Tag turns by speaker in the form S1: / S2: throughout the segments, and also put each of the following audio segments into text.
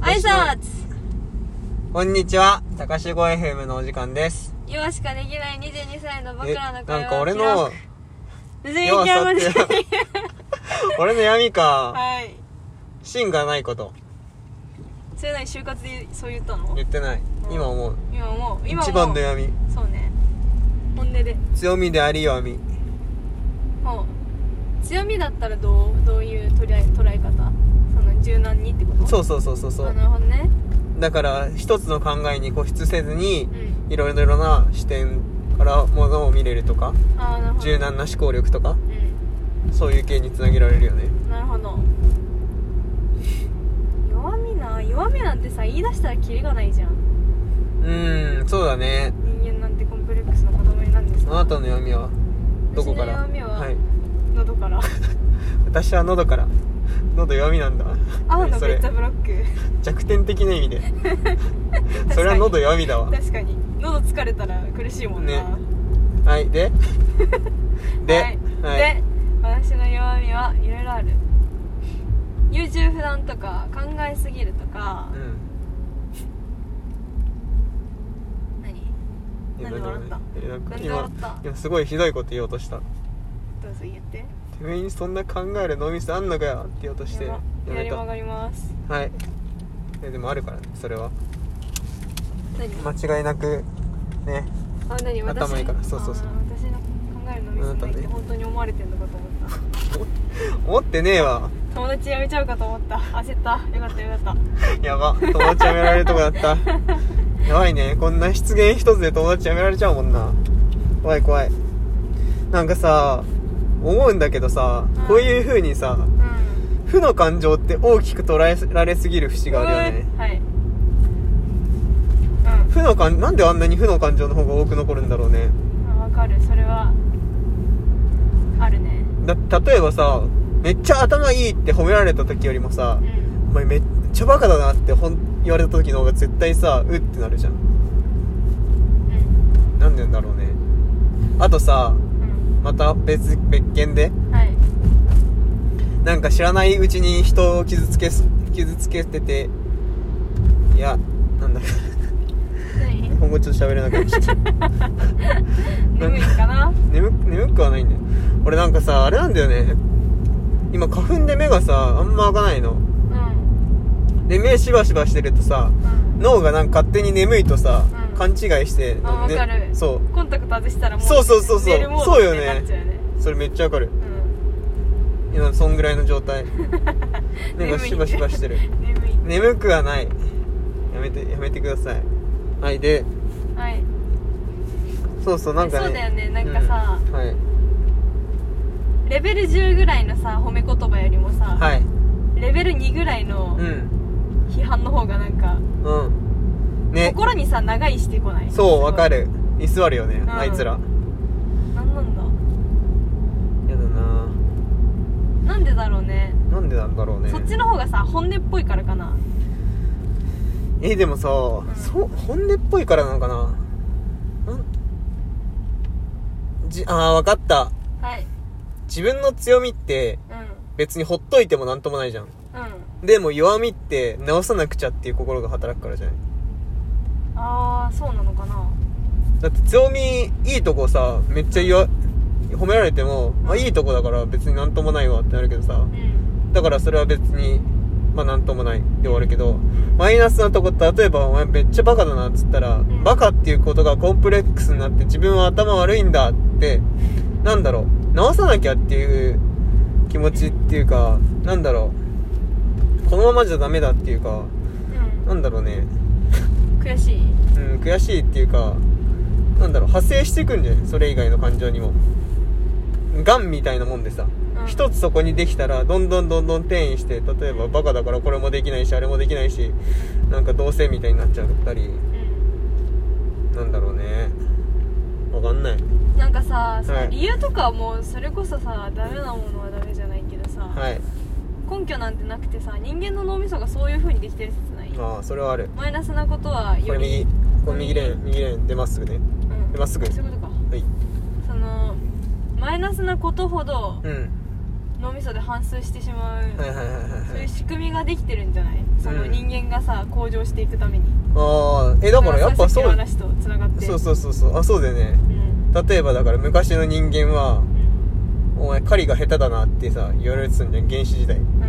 S1: 挨
S2: 私の
S1: 拶
S2: こんにちは高志語 FM のお時間です
S1: 今しかできない22歳の僕らの会話
S2: なんか俺の
S1: 無事に行きま
S2: 弱さって俺の闇か
S1: はい
S2: 芯がないこと
S1: それなりに就活でそう言ったの
S2: 言ってない
S1: うん
S2: 今思う
S1: 今もう今も
S2: 一番の闇
S1: そうね本音で
S2: 強みであり弱み
S1: もう強みだったらどうどういう捉え捉え方その柔軟にってこと
S2: そううそうそうそうそ
S1: あ
S2: う
S1: なるほどね
S2: だから一つの考えに固執せずに
S1: うん
S2: いろいろな視点からものを見れるとか
S1: あーなるほど
S2: 柔軟な思考力とか
S1: う
S2: そういう系につなげられるよね
S1: んなるほど弱みな弱みなんてさ言い出したらキリがないじゃん
S2: うーんそうだね
S1: 人間なんてコンプレックスの子供になんです
S2: あなたの闇はどこから、
S1: 私の弱みはい喉から
S2: 私は喉から 喉弱みなんだ
S1: 青の
S2: そ
S1: め
S2: れ
S1: っちゃブロック
S2: 弱点的な意味 で
S1: に
S2: それは喉弱みだわ
S1: 確かに喉疲れたら苦しいもんな、
S2: ねはい でで、
S1: はい、で私の弱みはいろいろある優柔不断とか考えすぎるとか、
S2: うん
S1: 何
S2: いや
S1: なんで笑った
S2: えなんか
S1: なんで笑
S2: 今
S1: った
S2: 今すごいひどいこと言おうとしたて
S1: どうぞ言って
S2: めえにそんな考える脳みそあんのかよって言おうとして
S1: や
S2: や
S1: ば左
S2: めた
S1: 曲
S2: は
S1: がります
S2: いいやでもあるからねそれは
S1: 何、
S2: 間違いなくね
S1: あ何私
S2: 頭いいからそうそうそう
S1: あー私の考えるのミスないって本当に思われてんのかと思った
S2: 思ってねえわ
S1: 友達辞めちゃうかと思った焦ったよかったよかった
S2: やば友達辞められるとこだった やばいねこんな失言一つで友達辞められちゃうもんな怖い怖いなんかさ思うんだけどさ、
S1: うん
S2: こういう風にさ
S1: うん
S2: 負の感情って大きく捉えられすぎる節があるよね
S1: はい
S2: 負の感なんであんなに負の感情の方が多く残るんだろうね
S1: うんわかるそれはあるね
S2: だ例えばさめっちゃ頭いいって褒められた時よりもさ
S1: う、ん
S2: お前めっちゃバカだなってほん言われた時の方が絶対さうってなるじゃん
S1: うん
S2: なんでだろうねあとさ
S1: うん
S2: また別別件で
S1: はい
S2: なんか知らないうちに人を傷つけす傷つけてていやなんだ
S1: 何
S2: 今後ちょっと喋れなくなっちゃった
S1: 眠いかな
S2: 眠く眠くはないんだよ俺なんかさあれなんだよね今花粉で目がさあんま開かないの
S1: うんうん
S2: で目しばしばしてるとさ脳がなんか勝手に眠いとさ、
S1: うん
S2: 勘違いして、
S1: あわかる
S2: そ
S1: コンタクト外したらもう
S2: そうそうそうそう
S1: 寝るモード
S2: そうよね
S1: ってなっちゃうよね
S2: うそれめっちゃわかる
S1: うん
S2: 今そんぐらいの状 態目
S1: 眠
S2: が
S1: い
S2: しばしばしてる
S1: 眠い
S2: 眠くはないやめてやめてくださいはいで
S1: はい
S2: そうそうなんかね
S1: そうだよねなんかさ
S2: うんはい
S1: レベル10ぐらいのさ褒め言葉よりもさ、
S2: はい
S1: レベル2ぐらいの
S2: うん
S1: 批判の方がなんか、
S2: うんね
S1: 心にさ長いしてこない
S2: そうわか
S1: る
S2: る居座るよね、
S1: ん
S2: あいつら
S1: なんなんだ
S2: やだな
S1: なんでだろうね
S2: なんでなんだろうね
S1: そっちの方がさ本音っぽいからかな
S2: えでもさ、
S1: ん
S2: そう本音っぽいからなのかななんじああわかった
S1: はい
S2: 自分の強みって
S1: うん
S2: 別にほっといてもなんともないじゃん
S1: うん
S2: でも弱みって直さなくちゃっていう心が働くからじゃない
S1: ああそうなのかな
S2: だって強みいいとこさめっちゃ言わ褒められても、あいいとこだから別になんともないわってなるけどさ
S1: うん
S2: だからそれは別にまあなんともないで終わるけどマイナスなとこ例えばお前めっちゃバカだなっつったら、
S1: ん
S2: バカっていうことがコンプレックスになって自分は頭悪いんだってなんだろう直さなきゃっていう気持ちっていうかなんだろうこのままじゃダメだっていうか
S1: う
S2: なんだろうね
S1: ん悔しい
S2: うん悔しいっていうかなんだろう派生していくんじゃないそれ以外の感情にもがんみたいなもんでさ
S1: うん
S2: 一つそこにできたらどんどんどんどん転移して例えばバカだからこれもできないしあれもできないしなんか同性みたいになっちゃったり
S1: うん
S2: なんだろうねわかんない
S1: なんかさその
S2: はい
S1: 理由とかはもうそれこそさダメなものはダメじゃないけどさ、
S2: はい
S1: 根拠なんてなくてさ人間の脳みそがそういう風にできてる説ない
S2: ああそれはある
S1: マイナスなことは
S2: こ
S1: よ
S2: れ
S1: り
S2: 右これ右レーン右レーン出まっすぐね
S1: うん
S2: まっすぐ
S1: そういうことか
S2: はい
S1: そのマイナスなことほど
S2: うん
S1: 脳みそで反数してしまう、
S2: はいはいはいはい
S1: そう
S2: は
S1: いう
S2: い
S1: 仕組みができてるんじゃないその
S2: うん
S1: 人間がさ向上していくために
S2: ああえだからやっぱそ
S1: だ
S2: う
S1: からさっきの話とつながって
S2: そうそうそうそうあそうだよね
S1: うん
S2: 例えばだから昔の人間は
S1: うん
S2: お前狩りが下手だなってさ言われてたんじゃん原始時代
S1: うん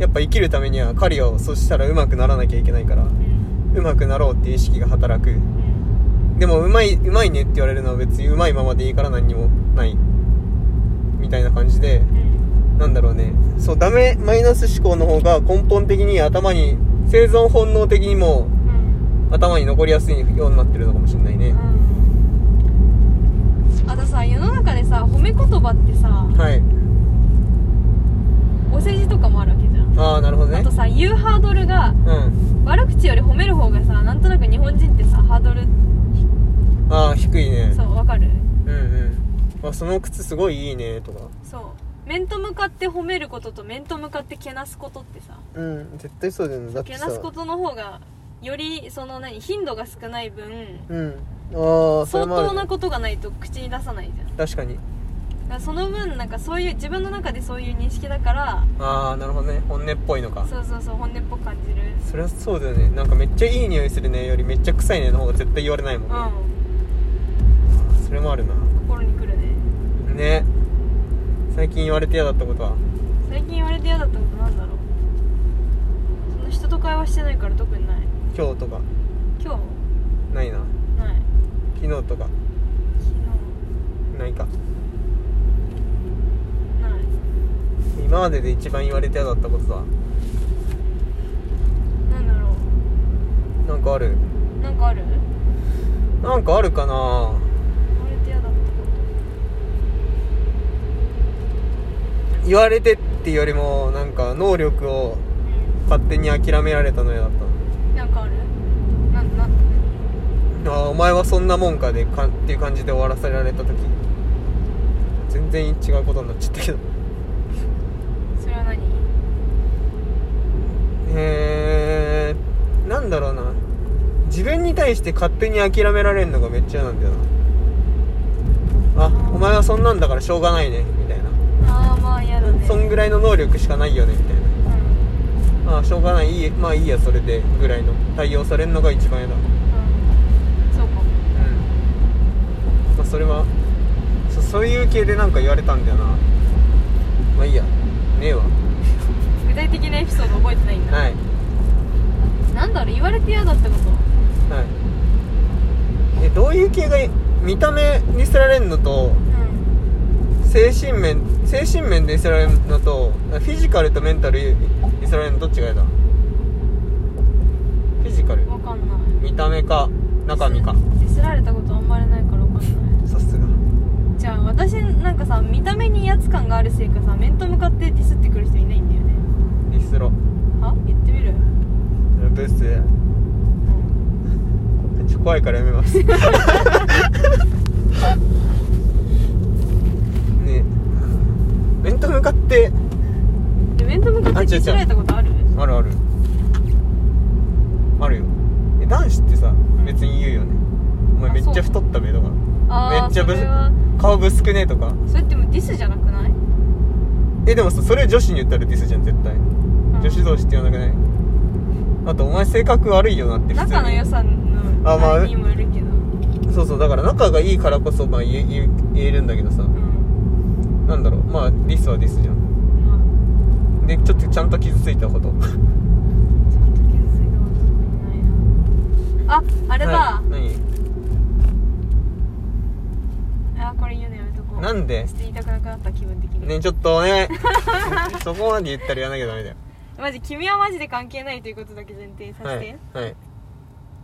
S2: やっぱ生きるためには狩りをそしたら上手くならなきゃいけないから
S1: うん
S2: 上手くなろうっていう意識が働く
S1: うん
S2: でもうまいうまいねって言われるのは別にうまいままでいいから何にもないみたいな感じで
S1: うん
S2: なんだろうねそうダメマイナス思考の方が根本的に頭に生存本能的にも
S1: うん
S2: 頭に残りやすいようになってるのかもしれないね
S1: うんあとさ世の中でさ褒め言葉ってさ
S2: はい
S1: お世辞とかもあるわけじゃん
S2: ああなるほど
S1: あ
S2: ね
S1: とさ言うハードルが
S2: うん
S1: 悪口より褒める方がさなんとなく日本人ってさハードル
S2: ああ低いね
S1: そうわかる
S2: うんうんあその靴すごいいいねとか
S1: そう面と向かって褒めることと面と向かってけなすことってさ
S2: うん絶対そうだよねだって
S1: け
S2: さ
S1: なすことの方がよりその何頻度が少ない分
S2: うんああそれ
S1: 相
S2: もある
S1: 当なことがないと口に出さないじゃんだ
S2: 確かに
S1: からその分なんかそういう自分の中でそういう認識だから
S2: ああなるほどね本音っぽいのか
S1: そうそうそう本音っぽく感じる
S2: そりゃそうだよねなんかめっちゃいい匂いするねよりめっちゃ臭いねの方が絶対言われないもん
S1: う
S2: ね、
S1: ん
S2: それもあるな
S1: 心にくるね
S2: ね最近言われて嫌だったことは
S1: 最近言われて嫌だったことなんだろうそんな人と会話してないから特にない
S2: 今日とか
S1: 今
S2: ないな
S1: 日ない
S2: 昨日とか
S1: 昨
S2: ないか
S1: 日ない
S2: 今までで一番言われて嫌だったことは
S1: なんだろ
S2: なんかある
S1: うなんかある
S2: なんかあるかな
S1: 言われて嫌だったこ
S2: 言われてっていうよりもなんか能力を
S1: とう
S2: 勝手に諦められたの嫌だっ
S1: んなんかあるなんな
S2: たああお前はそんなもんかでかっていう感じで終わらせられた時全然違うことになっちゃったけど
S1: それは何
S2: えー、なんだろうな自分に対して勝手に諦められるのがめっちゃ嫌なんだよなあお前はそんなんだからしょうがないねみたいな
S1: ああまあ嫌だね
S2: そんぐらいの能力しかないよねみたい
S1: うん
S2: なああしょうがないいいまあいいやそれでぐらいの対応されるのが一番嫌だうん
S1: うんそうかも
S2: まあそれはそそういう系でなんか言われたんだよなまあいいやねえわ
S1: 具体的なエピソード覚えてないんだ
S2: はい
S1: なんだろう言われて嫌だったこと
S2: はいえどういう系がいい見た目にせられんのと
S1: うん
S2: 精神面精神面でイスラエルのとフィジカルとメンタルイスラエルのどっちが嫌だフィジカル
S1: わかんない
S2: 見た目か中身か
S1: ディスられたことあんまりないからわかんない
S2: さすが
S1: じゃあ私なんかさ見た目に威圧感があるせいかさ面と向かってディスってくる人いないんだよね
S2: リスロ
S1: は言ってみる
S2: ブス
S1: うん
S2: ちょ怖いからやめます ねえ面と向かって
S1: で面と向かってディスられたことある
S2: あるあるあるよえ男子ってさ別に言うよねお前めっちゃ太ったべとか
S1: ああ
S2: めっちゃぶ
S1: それは
S2: 顔ぶすくねえとか
S1: それってもうディスじゃなくない
S2: えでもさそれ女子に言ったらディスじゃん絶対女子同士って言わなくないあとお前性格悪いよなって普通
S1: 仲の
S2: に
S1: 良さの
S2: あまあ
S1: あれにもよるけど、
S2: そうそうだから仲がいいからこそまあ言え言え言えるんだけどさ
S1: うん
S2: なんだろうまあディスはディスじゃん
S1: まあ
S2: でちょっとちゃんと傷ついたこと
S1: ちゃんと傷ついたことないなああれだ、
S2: はい
S1: あこれ言うのやめとこう
S2: 何なんで
S1: ちょっと言いたくなくなった気分的に、
S2: ねちょっと ねそこまで言ったら言わなきゃダメだよ
S1: マジ君はマジで関係ないということだけ前提にさせ
S2: は
S1: て、
S2: いはい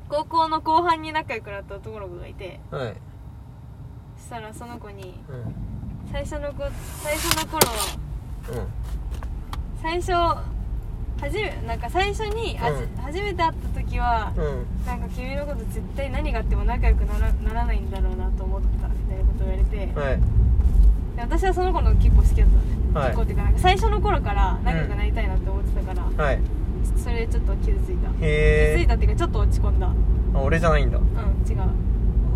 S1: 高校の後半に仲良くなった男の子がいて
S2: はい、
S1: そしたらその子に
S2: うん
S1: 最初の子最初の頃最初初めなんか最初に、あじ
S2: うん
S1: 初めて会った時は、
S2: うんうん
S1: なんか君のこと絶対何があっても仲良くならならないんだろうなと思ったみたいなことを言われて、
S2: はい
S1: で私はその子の結構好きだったのね、
S2: はい
S1: 結構っていうかなんか最初の頃から仲良くなりたいなって思ってたから、
S2: はい
S1: ちょっとそれでちょっと傷ついた気づい
S2: へえ
S1: たっていうかちょっと落ち込んだうん
S2: あ俺じゃないんだ
S1: 違う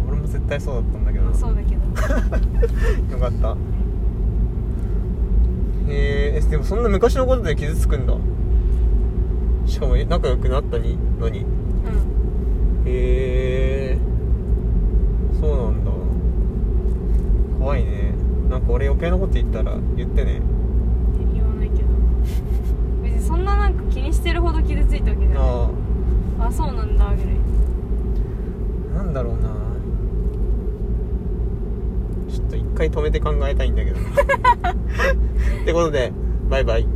S2: 俺も絶対そうだったんだけど
S1: まあ
S2: な
S1: そうだけど
S2: よかったえー、えでもそんな昔のことで傷つくんだしかもえ仲良くなったにのに
S1: うん
S2: へえそうなんだ怖いねなんか俺余計なこと言ったら言ってね
S1: 言わないけど別にそんななんか気にしてるほど傷ついたわけじゃない
S2: あ
S1: あそうなんだぐらい
S2: あなんだろうなちょっと一回止めて考えたいんだけどってことでバイバイ